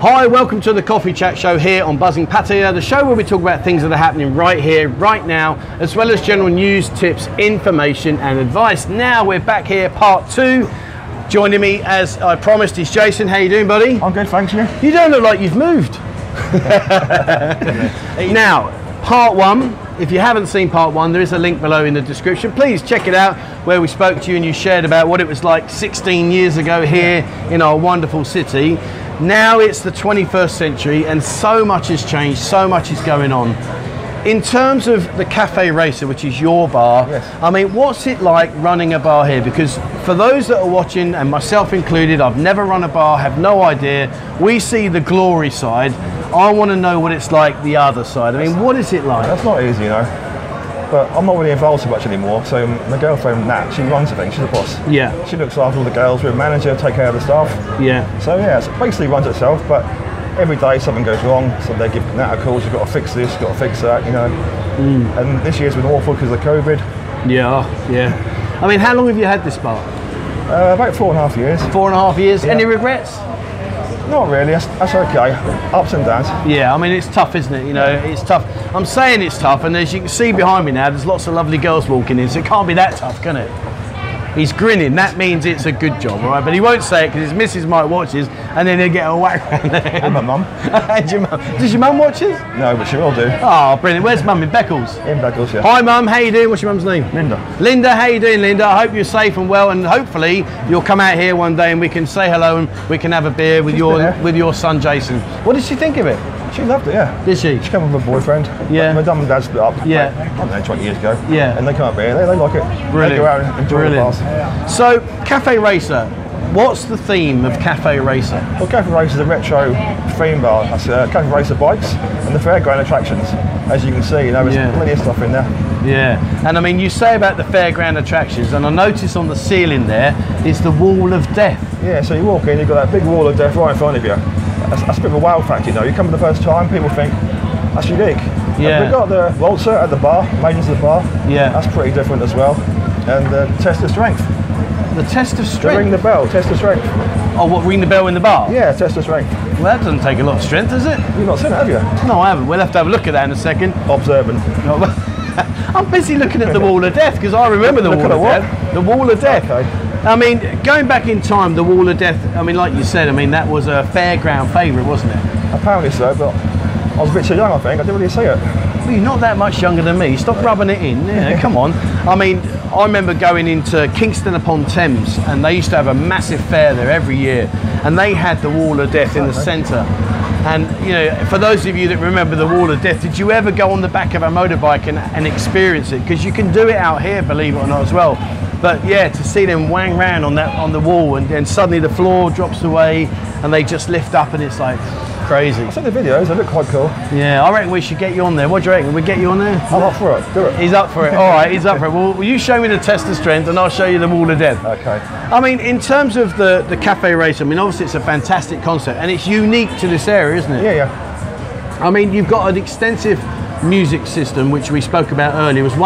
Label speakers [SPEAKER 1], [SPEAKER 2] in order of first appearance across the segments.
[SPEAKER 1] Hi, welcome to the Coffee Chat Show here on Buzzing Patio, the show where we talk about things that are happening right here, right now, as well as general news, tips, information, and advice. Now we're back here, part two. Joining me, as I promised, is Jason. How you doing, buddy?
[SPEAKER 2] I'm good, thanks you.
[SPEAKER 1] You don't look like you've moved. now, part one. If you haven't seen part one, there is a link below in the description. Please check it out where we spoke to you and you shared about what it was like 16 years ago here in our wonderful city. Now it's the 21st century and so much has changed, so much is going on. In terms of the Cafe Racer, which is your bar,
[SPEAKER 2] Yes.
[SPEAKER 1] I mean, what's it like running a bar here? Because for those that are watching, and myself included, I've never run a bar, have no idea. We see the glory side. I want to know what it's like the other side. I mean, what is it like?
[SPEAKER 2] That's not easy, you know. But I'm not really involved so much anymore. So my girlfriend Nat, she runs the thing. She's the boss.
[SPEAKER 1] Yeah.
[SPEAKER 2] She looks after all the girls. We're a manager, take care of the staff.
[SPEAKER 1] Yeah,
[SPEAKER 2] So yeah, it basically runs itself. But every day something goes wrong, so they give Nat a call. You've got to fix this. You've got to fix that. You know. And this year's been awful because of COVID.
[SPEAKER 1] yeah, oh, yeah. I mean, how long have you had this bar?
[SPEAKER 2] Uh, about four and a half years.
[SPEAKER 1] Four and a half years. Any regrets?
[SPEAKER 2] Not really. That's, that's okay. Ups and downs.
[SPEAKER 1] Yeah, I mean it's tough, isn't it? You know, it's tough. I'm saying it's tough, and as you can see behind me now, there's lots of lovely girls walking in, so it can't be that tough, can it? He's grinning. That means it's a good job, all right? But he won't say it because his missus might watch this, and then he'll get a whack round there.
[SPEAKER 2] And my mum.
[SPEAKER 1] and your mum. Does your mum watch this?
[SPEAKER 2] No, but she will do.
[SPEAKER 1] Oh, brilliant. Where's mum in Beckles?
[SPEAKER 2] In Beckles, yeah.
[SPEAKER 1] Hi, mum. How you doing? What's your mum's name?
[SPEAKER 2] Linda.
[SPEAKER 1] Linda, how you doing, Linda? I hope you're safe and well, and hopefully you'll come out here one day and we can say hello and we can have a beer with your
[SPEAKER 2] there.
[SPEAKER 1] with your son Jason. What did she think of it?
[SPEAKER 2] She loved it, yeah.
[SPEAKER 1] Did she?
[SPEAKER 2] She came with her boyfriend.
[SPEAKER 1] Yeah.
[SPEAKER 2] My, my mum and dad split up.
[SPEAKER 1] Yeah.
[SPEAKER 2] like, I don't know, 20 years ago.
[SPEAKER 1] Yeah.
[SPEAKER 2] And they come up here. They, they like it. They
[SPEAKER 1] Brilliant.
[SPEAKER 2] go out and enjoy
[SPEAKER 1] Brilliant.
[SPEAKER 2] the bars.
[SPEAKER 1] So, Cafe Racer, what's the theme of Cafe Racer?
[SPEAKER 2] Well, Cafe Race is a retro theme bar. That's uh, Cafe Racer bikes and the fairground attractions. As you can see, you know, there's
[SPEAKER 1] Yeah.
[SPEAKER 2] plenty of stuff in there.
[SPEAKER 1] Yeah. And I mean, you say about the fairground attractions, and I notice on the ceiling there is the Wall of Death.
[SPEAKER 2] Yeah, so you walk in, you've got that big wall of death right in front of you. That's, that's a bit of a wow fact, you know. You come for the first time, people think, that's unique.
[SPEAKER 1] Yeah.
[SPEAKER 2] We've got the waltzer at the bar, maidens at the bar.
[SPEAKER 1] Yeah.
[SPEAKER 2] That's pretty different as well. And uh, test of strength.
[SPEAKER 1] The Test of
[SPEAKER 2] Ring
[SPEAKER 1] Strength.
[SPEAKER 2] the bell, test of strength.
[SPEAKER 1] oh, what, ring the bell in the bar?
[SPEAKER 2] Yeah, test of strength.
[SPEAKER 1] Well, that doesn't take a lot of strength, does it?
[SPEAKER 2] You've not seen it, have you?
[SPEAKER 1] No, I haven't. We'll have to have a look at that in a second.
[SPEAKER 2] Observant.
[SPEAKER 1] No, well, I'm busy looking at the Wall of Death because I remember the
[SPEAKER 2] Look
[SPEAKER 1] Wall
[SPEAKER 2] at
[SPEAKER 1] of
[SPEAKER 2] the what?
[SPEAKER 1] Death. The Wall of Death.
[SPEAKER 2] Okay.
[SPEAKER 1] I mean, going back in time, the Wall of Death, I mean, like you said, I mean, that was a fairground favourite, wasn't it?
[SPEAKER 2] Apparently so, but I was a bit too young, I think. I didn't really see it.
[SPEAKER 1] Well, you're not that much younger than me. Stop rubbing it in. Yeah, come on. I mean, I remember going into Kingston upon Thames, and they used to have a massive fair there every year, and they had the Wall of Death in the centre. And you know, for those of you that remember the Wall of Death, did you ever go on the back of a motorbike and, and experience it? Because you can do it out here, believe it or not, as well. But yeah, to see them wang round on that on the wall, and then suddenly the floor drops away, and they just lift up, and it's like crazy.
[SPEAKER 2] I've seen the videos, they look quite cool.
[SPEAKER 1] Yeah, I reckon we should get you on there. What do you reckon? We get you on there?
[SPEAKER 2] I'm up for it. Do it.
[SPEAKER 1] He's up for it. All right, he's up for it. Well, will you show me the test of strength, and I'll show you the wall of death.
[SPEAKER 2] Okay.
[SPEAKER 1] I mean, in terms of the the cafe race, I mean, obviously it's a fantastic concept, and it's unique to this area, isn't it?
[SPEAKER 2] Yeah, yeah.
[SPEAKER 1] I mean, you've got an extensive music system, which we spoke about earlier. It was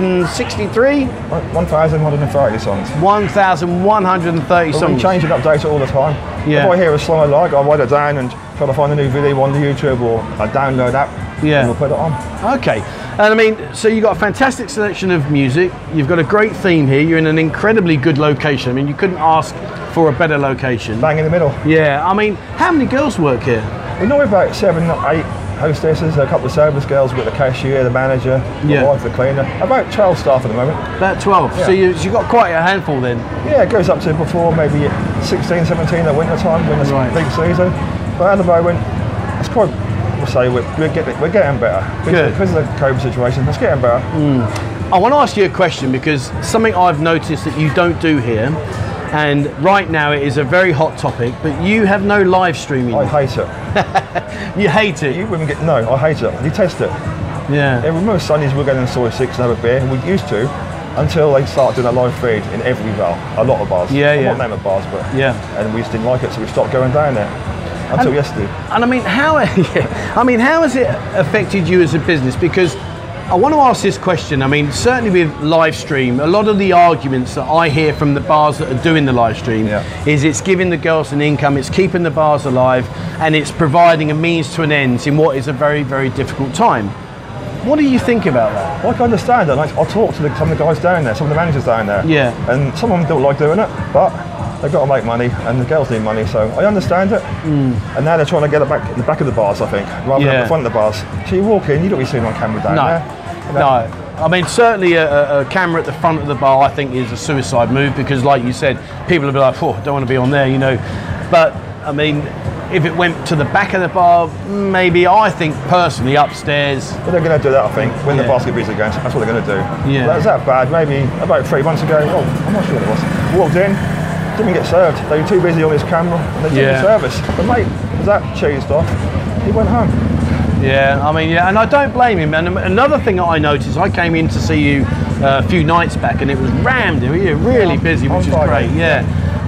[SPEAKER 1] 1,163,
[SPEAKER 2] One- 1,130 songs.
[SPEAKER 1] 1,130
[SPEAKER 2] But we
[SPEAKER 1] songs.
[SPEAKER 2] change and update it all the time.
[SPEAKER 1] Yeah.
[SPEAKER 2] If I hear a song I like, I write it down and try to find a new video on the YouTube or a download app.
[SPEAKER 1] Yeah.
[SPEAKER 2] And we'll put it on.
[SPEAKER 1] Okay, and I mean, so you've got a fantastic selection of music. You've got a great theme here. You're in an incredibly good location. I mean, you couldn't ask for a better location.
[SPEAKER 2] Bang in the middle.
[SPEAKER 1] Yeah, I mean, how many girls work here?
[SPEAKER 2] We know about seven, eight hostesses, a couple of service girls, we've got the cashier, the manager, the
[SPEAKER 1] Yeah.
[SPEAKER 2] wife, the cleaner. About 12 staff at the moment.
[SPEAKER 1] About 12. So you, you got quite a handful then.
[SPEAKER 2] Yeah, it goes up to before maybe 16, 17 at winter time when it's
[SPEAKER 1] Right.
[SPEAKER 2] peak season. But at the moment, it's quite, we'll say, we're, we're, getting, we're getting better.
[SPEAKER 1] Good.
[SPEAKER 2] Because of the COVID situation, it's getting better.
[SPEAKER 1] I want to ask you a question because something I've noticed that you don't do here, and right now it is a very hot topic, but you have no live streaming.
[SPEAKER 2] I hate it.
[SPEAKER 1] You hate it.
[SPEAKER 2] You women get, no, I hate it. You test it.
[SPEAKER 1] yeah.
[SPEAKER 2] Yeah, remember Sundays we're going to soy six and have a beer, we used to, until they started doing a live feed in every bar, a lot of bars.
[SPEAKER 1] Yeah,
[SPEAKER 2] I
[SPEAKER 1] yeah.
[SPEAKER 2] won't name of bars, but.
[SPEAKER 1] Yeah.
[SPEAKER 2] And we just didn't like it, so we stopped going down there. Until yesterday.
[SPEAKER 1] And I mean, how? yeah. I mean, how has it affected you as a business? Because I want to ask this question. I mean, certainly with live stream, a lot of the arguments that I hear from the bars that are doing the live stream
[SPEAKER 2] Yeah.
[SPEAKER 1] is it's giving the girls an income, it's keeping the bars alive, and it's providing a means to an end in what is a very, very difficult time. What do you think about that?
[SPEAKER 2] Well, I can understand that. Like, I talk to the, some of the guys down there, some of the managers down there.
[SPEAKER 1] Yeah.
[SPEAKER 2] And some of them don't like doing it, but they've got to make money, and the girls need money, so I understand it. And now they're trying to get it back in the back of the bars, I think, rather than
[SPEAKER 1] Hmm. Yeah.
[SPEAKER 2] at the front of the bars. So you walk in, you don't really see them on camera down
[SPEAKER 1] No.
[SPEAKER 2] there. And that-
[SPEAKER 1] No. I mean, certainly a, a- a camera at the front of the bar, I think, is a suicide move because, like you said, people will be like, oh, I don't want to be on there, you know. But, I mean, if it went to the back of the bar, maybe I think personally upstairs,
[SPEAKER 2] But they're going to do that, I think, when the
[SPEAKER 1] Yeah.
[SPEAKER 2] basket beats again. That's what they're going to do.
[SPEAKER 1] Yeah.
[SPEAKER 2] That was that bad. Maybe about three months ago. Oh, I'm not sure what it was. Walked in, didn't even get served. They were too busy on this camera. And they didn't
[SPEAKER 1] Yeah.
[SPEAKER 2] serve us. The mate was that cheesed off. He went home.
[SPEAKER 1] Yeah, I mean, yeah, and I don't blame him. And um, another thing that I noticed, I came in to see you uh, a few nights back, and it was rammed. It was really
[SPEAKER 2] On-
[SPEAKER 1] busy,
[SPEAKER 2] on
[SPEAKER 1] which is
[SPEAKER 2] Friday.
[SPEAKER 1] great. Yeah.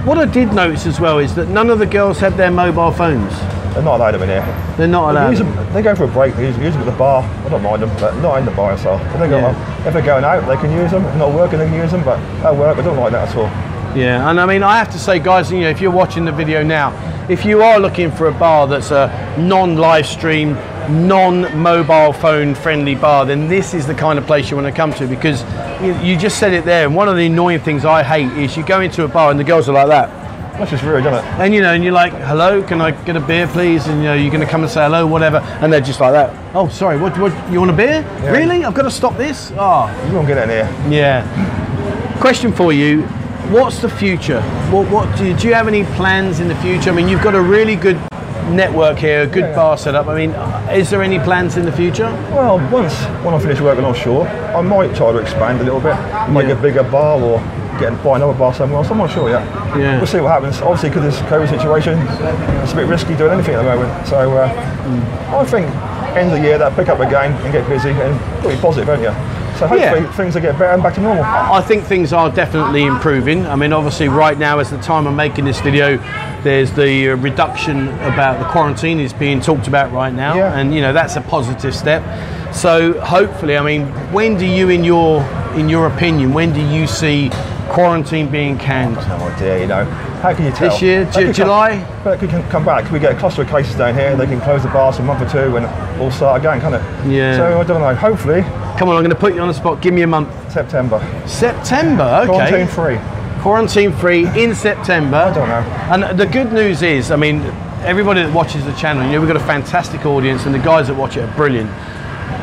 [SPEAKER 1] What I did notice as well is that none of the girls had their mobile phones.
[SPEAKER 2] They're not allowed them in here.
[SPEAKER 1] They're not
[SPEAKER 2] They
[SPEAKER 1] allowed.
[SPEAKER 2] use 'em- they go for a break. They use, use them at the bar. I don't mind them, but not in the bar itself. If, they go
[SPEAKER 1] Yeah.
[SPEAKER 2] up, if they're going out, they can use them. If not working, they can use them. But at work, I don't like that at all.
[SPEAKER 1] Yeah, and I mean, I have to say, guys, you know, if you're watching the video now, if you are looking for a bar that's a non-live stream, non-mobile phone friendly bar, then this is the kind of place you want to come to because you, you just said it there. And one of the annoying things I hate is you go into a bar and the girls are like that.
[SPEAKER 2] That's just rude, isn't it?
[SPEAKER 1] And you know, and you're like, hello, can I get a beer, please? And you know, you're going to come and say hello, whatever. And they're just like that. Oh, sorry, what? What? You want a beer? Really? I've got to stop this. Ah,
[SPEAKER 2] You won't get in here.
[SPEAKER 1] yeah. Question for you: What's the future? What? What do you, do you have any plans in the future? I mean, you've got a really good network here, a good bar setup. I mean, is there any plans in the future?
[SPEAKER 2] Well, once when I finish working offshore, I might try to expand a little bit, make
[SPEAKER 1] Yeah.
[SPEAKER 2] a bigger bar or get buy another bar somewhere else. I'm not sure yet.
[SPEAKER 1] Yeah.
[SPEAKER 2] We'll see what happens. Obviously, because this COVID situation, it's a bit risky doing anything at the moment. So uh,
[SPEAKER 1] Hmm.
[SPEAKER 2] I think end of the year that pick up again and get busy and be positive, won't you? So hopefully
[SPEAKER 1] Yeah.
[SPEAKER 2] things will get better and back to normal.
[SPEAKER 1] I think things are definitely improving. I mean, obviously, right now, as the time I'm making this video, there's the uh, reduction about the quarantine is being talked about right now,
[SPEAKER 2] Yeah.
[SPEAKER 1] and you know that's a positive step. So hopefully, I mean, when do you, in your in your opinion, when do you see quarantine being canned?
[SPEAKER 2] No idea, you know. How can you tell?
[SPEAKER 1] This year,
[SPEAKER 2] That
[SPEAKER 1] Ju-
[SPEAKER 2] could
[SPEAKER 1] July?
[SPEAKER 2] Come, that could come back. We get a cluster of cases down here. They can close the bars for a month or two and all start again, can't it?
[SPEAKER 1] Yeah.
[SPEAKER 2] So I don't know. Hopefully
[SPEAKER 1] Come on, I'm going to put you on the spot. Give me a month.
[SPEAKER 2] September.
[SPEAKER 1] September. Okay.
[SPEAKER 2] Quarantine free.
[SPEAKER 1] quarantine free in September. I
[SPEAKER 2] don't know.
[SPEAKER 1] And the good news is, I mean, everybody that watches the channel, you know, we've got a fantastic audience, and the guys that watch it are brilliant.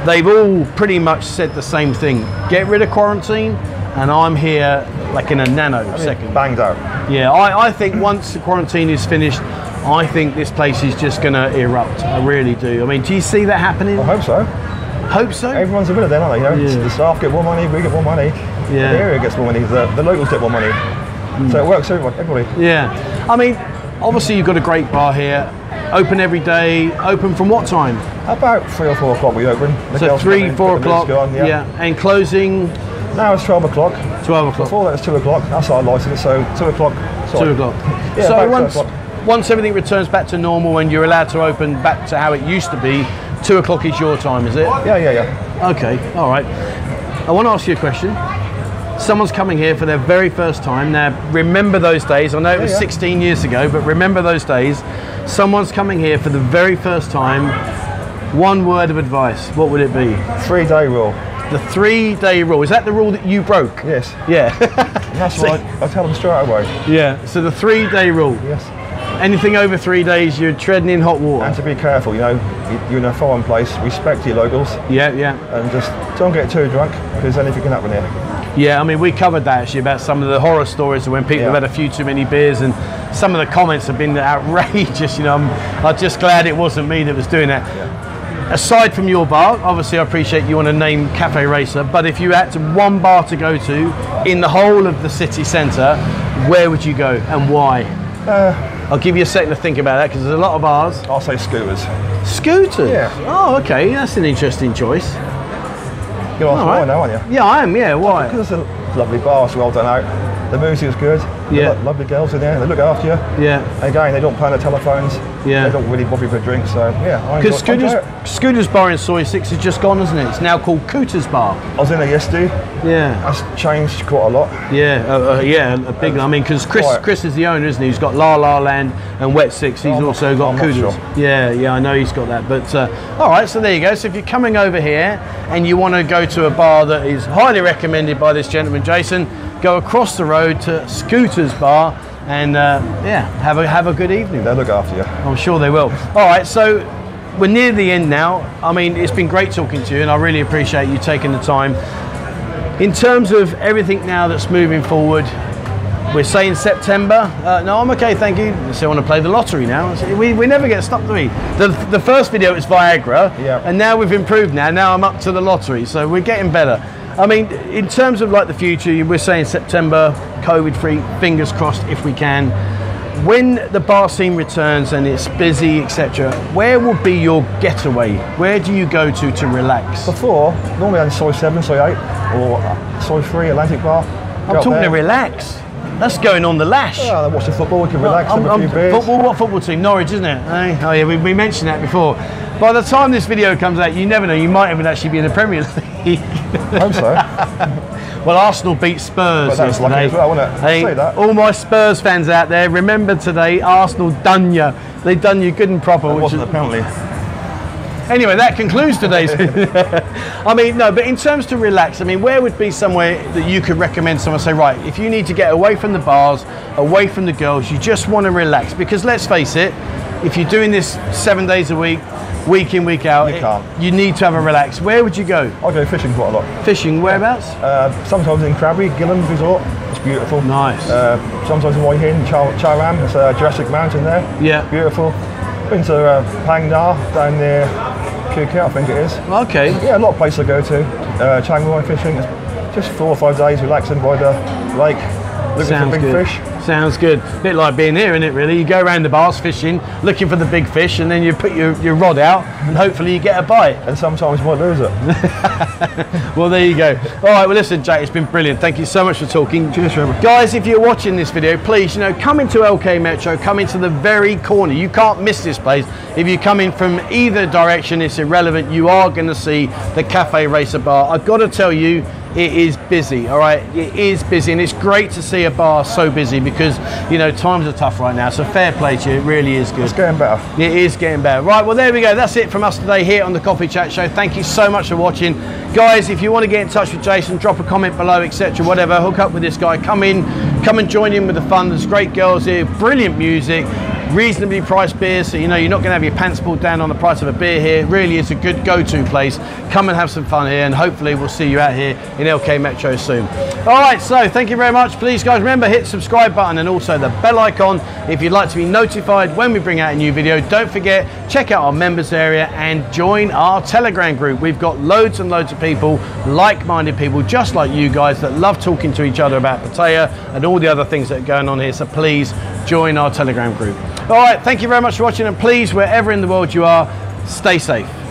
[SPEAKER 1] They've all pretty much said the same thing: get rid of quarantine, and I'm here like in a nano second.
[SPEAKER 2] Banged out.
[SPEAKER 1] Yeah, I, I think once the quarantine is finished, I think this place is just going to erupt. I really do. I mean, do you see that happening?
[SPEAKER 2] I hope so.
[SPEAKER 1] Hope so.
[SPEAKER 2] Everyone's a winner then, aren't they? You know,
[SPEAKER 1] Yeah.
[SPEAKER 2] The staff get more money, we get more money,
[SPEAKER 1] Yeah. Mm.
[SPEAKER 2] the area gets more money, the, the locals get more money. So it works for everyone, everybody.
[SPEAKER 1] Yeah. I mean, obviously you've got a great bar here. Open every day. Open from what time?
[SPEAKER 2] About three or four o'clock we open. The
[SPEAKER 1] So
[SPEAKER 2] girls come
[SPEAKER 1] three,
[SPEAKER 2] in,
[SPEAKER 1] four
[SPEAKER 2] put the
[SPEAKER 1] o'clock.
[SPEAKER 2] music on, yeah.
[SPEAKER 1] and closing
[SPEAKER 2] Now it's 12 o'clock.
[SPEAKER 1] twelve o'clock.
[SPEAKER 2] Before that it's two o'clock, that's our license, so two o'clock.
[SPEAKER 1] Two
[SPEAKER 2] sorry.
[SPEAKER 1] o'clock.
[SPEAKER 2] Yeah, about
[SPEAKER 1] so
[SPEAKER 2] two
[SPEAKER 1] once
[SPEAKER 2] o'clock.
[SPEAKER 1] once everything returns back to normal and you're allowed to open back to how it used to be, two o'clock is your time, is it?
[SPEAKER 2] Yeah, yeah, yeah.
[SPEAKER 1] Okay. All right. I want to ask you a question. Someone's coming here for their very first time. Now, remember those days. I know it was
[SPEAKER 2] yeah.
[SPEAKER 1] 16 years ago, but remember those days. Someone's coming here for the very first time. One word of advice. What would it be?
[SPEAKER 2] Three day rule.
[SPEAKER 1] The three-day rule. Is that the rule that you broke?
[SPEAKER 2] Yes.
[SPEAKER 1] Yeah.
[SPEAKER 2] And that's why I, I tell them straight away.
[SPEAKER 1] yeah. So the three-day rule.
[SPEAKER 2] Yes.
[SPEAKER 1] Anything over three days, you're treading in hot water.
[SPEAKER 2] And to be careful, you know, you- you're in a foreign place, respect your locals
[SPEAKER 1] yeah, yeah,
[SPEAKER 2] and just don't get too drunk because anything can happen here.
[SPEAKER 1] yeah. I mean, we covered that actually about some of the horror stories of when people
[SPEAKER 2] Yeah.
[SPEAKER 1] have had a few too many beers, and some of the comments have been outrageous. You know, I'm, I'm just glad it wasn't me that was doing that. Aside from your bar, obviously, I appreciate you want to name Cafe Racer, but if you had to one bar to go to in the whole of the city centre, where would you go and why?
[SPEAKER 2] Uh.
[SPEAKER 1] I'll give you a second to think about that because there's a lot of bars.
[SPEAKER 2] I'll say scooters.
[SPEAKER 1] Scooters.
[SPEAKER 2] Yeah.
[SPEAKER 1] Oh, okay. That's an interesting choice.
[SPEAKER 2] You're
[SPEAKER 1] All
[SPEAKER 2] off
[SPEAKER 1] right.
[SPEAKER 2] now, aren't you?
[SPEAKER 1] Yeah, I am. Yeah, why?
[SPEAKER 2] There's a lovely bar, it's well done out. The music is good. They've
[SPEAKER 1] Yeah.
[SPEAKER 2] got lovely girls in there. They look after you.
[SPEAKER 1] Yeah.
[SPEAKER 2] Again, they don't pay on the telephones.
[SPEAKER 1] Yeah.
[SPEAKER 2] They don't really bother you for a drink. So yeah, I enjoy,
[SPEAKER 1] Because
[SPEAKER 2] I enjoy
[SPEAKER 1] Scooters,
[SPEAKER 2] it.
[SPEAKER 1] Scooters Bar in Soy 6 has just gone, isn't it? It's now called Cooters Bar.
[SPEAKER 2] I was in there yesterday.
[SPEAKER 1] Yeah.
[SPEAKER 2] That's changed quite a lot.
[SPEAKER 1] Yeah, uh, uh, yeah, a big. I mean, because Chris,
[SPEAKER 2] Right.
[SPEAKER 1] Chris is the owner, isn't he? He's got La La Land and Wet Six. He's
[SPEAKER 2] I'm not-
[SPEAKER 1] also got
[SPEAKER 2] I'm not
[SPEAKER 1] Cooters.
[SPEAKER 2] sure.
[SPEAKER 1] Yeah, yeah, I know he's got that. But uh, all right, so there you go. So if you're coming over here and you want to go to a bar that is highly recommended by this gentleman, Jason, go across the road to Scooters Bar and uh, yeah, have a have a good evening.
[SPEAKER 2] They look after you.
[SPEAKER 1] I'm sure they will. All right, so we're near the end now. I mean, it's been great talking to you, and I really appreciate you taking the time. In terms of everything now that's moving forward, we're saying September. Uh, no, I'm okay, thank you. So I want to play the lottery now. We, we never get stopped, do we? The, the first video was Viagra,
[SPEAKER 2] Yeah.
[SPEAKER 1] and now we've improved now. Now I'm up to the lottery, so we're getting better. I mean, in terms of like the future, we're saying September, COVID free, fingers crossed if we can. When the bar scene returns and it's busy, etc., where will be your getaway? Where do you go to to relax?
[SPEAKER 2] Before, normally on soy 7, soy 8, or uh, soy 3, Atlantic Bar.
[SPEAKER 1] I'm talking to relax. That's going on the lash.
[SPEAKER 2] Yeah, watch the football, we can relax,
[SPEAKER 1] I'm-
[SPEAKER 2] have a
[SPEAKER 1] I'm-
[SPEAKER 2] few beers.
[SPEAKER 1] football, what football team? Norwich, isn't it? Eh? Oh yeah, we, we mentioned that before. By the time this video comes out, you never know. You might even actually be in the Premier League.
[SPEAKER 2] I hope so.
[SPEAKER 1] well, Arsenal beat Spurs
[SPEAKER 2] But that was lucky
[SPEAKER 1] yesterday.
[SPEAKER 2] as well, wasn't it?
[SPEAKER 1] Hey,
[SPEAKER 2] Say that.
[SPEAKER 1] all my Spurs fans out there, remember today, Arsenal done you. They done you good and proper.
[SPEAKER 2] It
[SPEAKER 1] which
[SPEAKER 2] wasn't
[SPEAKER 1] is-
[SPEAKER 2] a penalty.
[SPEAKER 1] anyway, that concludes today's. I mean, no, but in terms to relax, I mean, where would be somewhere that you could recommend someone say, right, if you need to get away from the bars, away from the girls, you just want to relax? Because let's face it, if you're doing this seven days a week, week in, week out,
[SPEAKER 2] You
[SPEAKER 1] it-
[SPEAKER 2] can't.
[SPEAKER 1] you need to have a relax. Where would you go?
[SPEAKER 2] I go fishing quite a lot.
[SPEAKER 1] Fishing, whereabouts?
[SPEAKER 2] Uh, sometimes in Crabby, Gillam Resort, it's beautiful.
[SPEAKER 1] Nice.
[SPEAKER 2] Uh, sometimes in Waihin, Char- Charam, it's uh, Jurassic Mountain there.
[SPEAKER 1] Yeah.
[SPEAKER 2] Beautiful. Been to uh, Pang Nga down near Kukai, I think it is.
[SPEAKER 1] Okay.
[SPEAKER 2] Yeah, a lot of places I go to. Uh, Chiang Mai fishing, it's just four or five days relaxing by the lake, looking
[SPEAKER 1] Sounds
[SPEAKER 2] for big
[SPEAKER 1] good.
[SPEAKER 2] fish.
[SPEAKER 1] Sounds good. Bit like being here, isn't it? Really, you go around the bars fishing, looking for the big fish, and then you put your, your rod out, and hopefully you get a bite.
[SPEAKER 2] And sometimes you might lose it.
[SPEAKER 1] Well, there you go. All right, well, listen, Jack, it's been brilliant. Thank you so much for talking. Cheers, Trevor. Guys, if you're watching this video, please, you know, come into LK Metro, come into the very corner. You can't miss this place. If you come in from either direction, it's irrelevant. You are going to see the Cafe Racer Bar. I've got to tell you, it is busy, all right? It is busy, and it's great to see a bar so busy because, you know, times are tough right now. So, fair play to you. It really is good.
[SPEAKER 2] It's getting better.
[SPEAKER 1] It is getting better. Right, well, there we go. That's it from us today here on the Coffee Chat Show. Thank you so much for watching. Guys, if you want to get in touch with Jason, drop a comment below, etc., whatever. Hook up with this guy. Come in, come and join in with the fun. There's great girls here, brilliant music, reasonably priced beer. So, you know, you're not going to have your pants pulled down on the price of a beer here. Really is a good go to place. Come and have some fun here, and hopefully, we'll see you out here in LK Metro soon. All right, so thank you very much. Please, guys, remember hit subscribe button and also the bell icon if you'd like to be notified when we bring out a new video. Don't forget, check out our members area and join our Telegram group. We've got loads and loads of people, like-minded people, just like you guys, that love talking to each other about Patea and all the other things that are going on here. So please join our Telegram group. All right, thank you very much for watching, and please, wherever in the world you are, stay safe.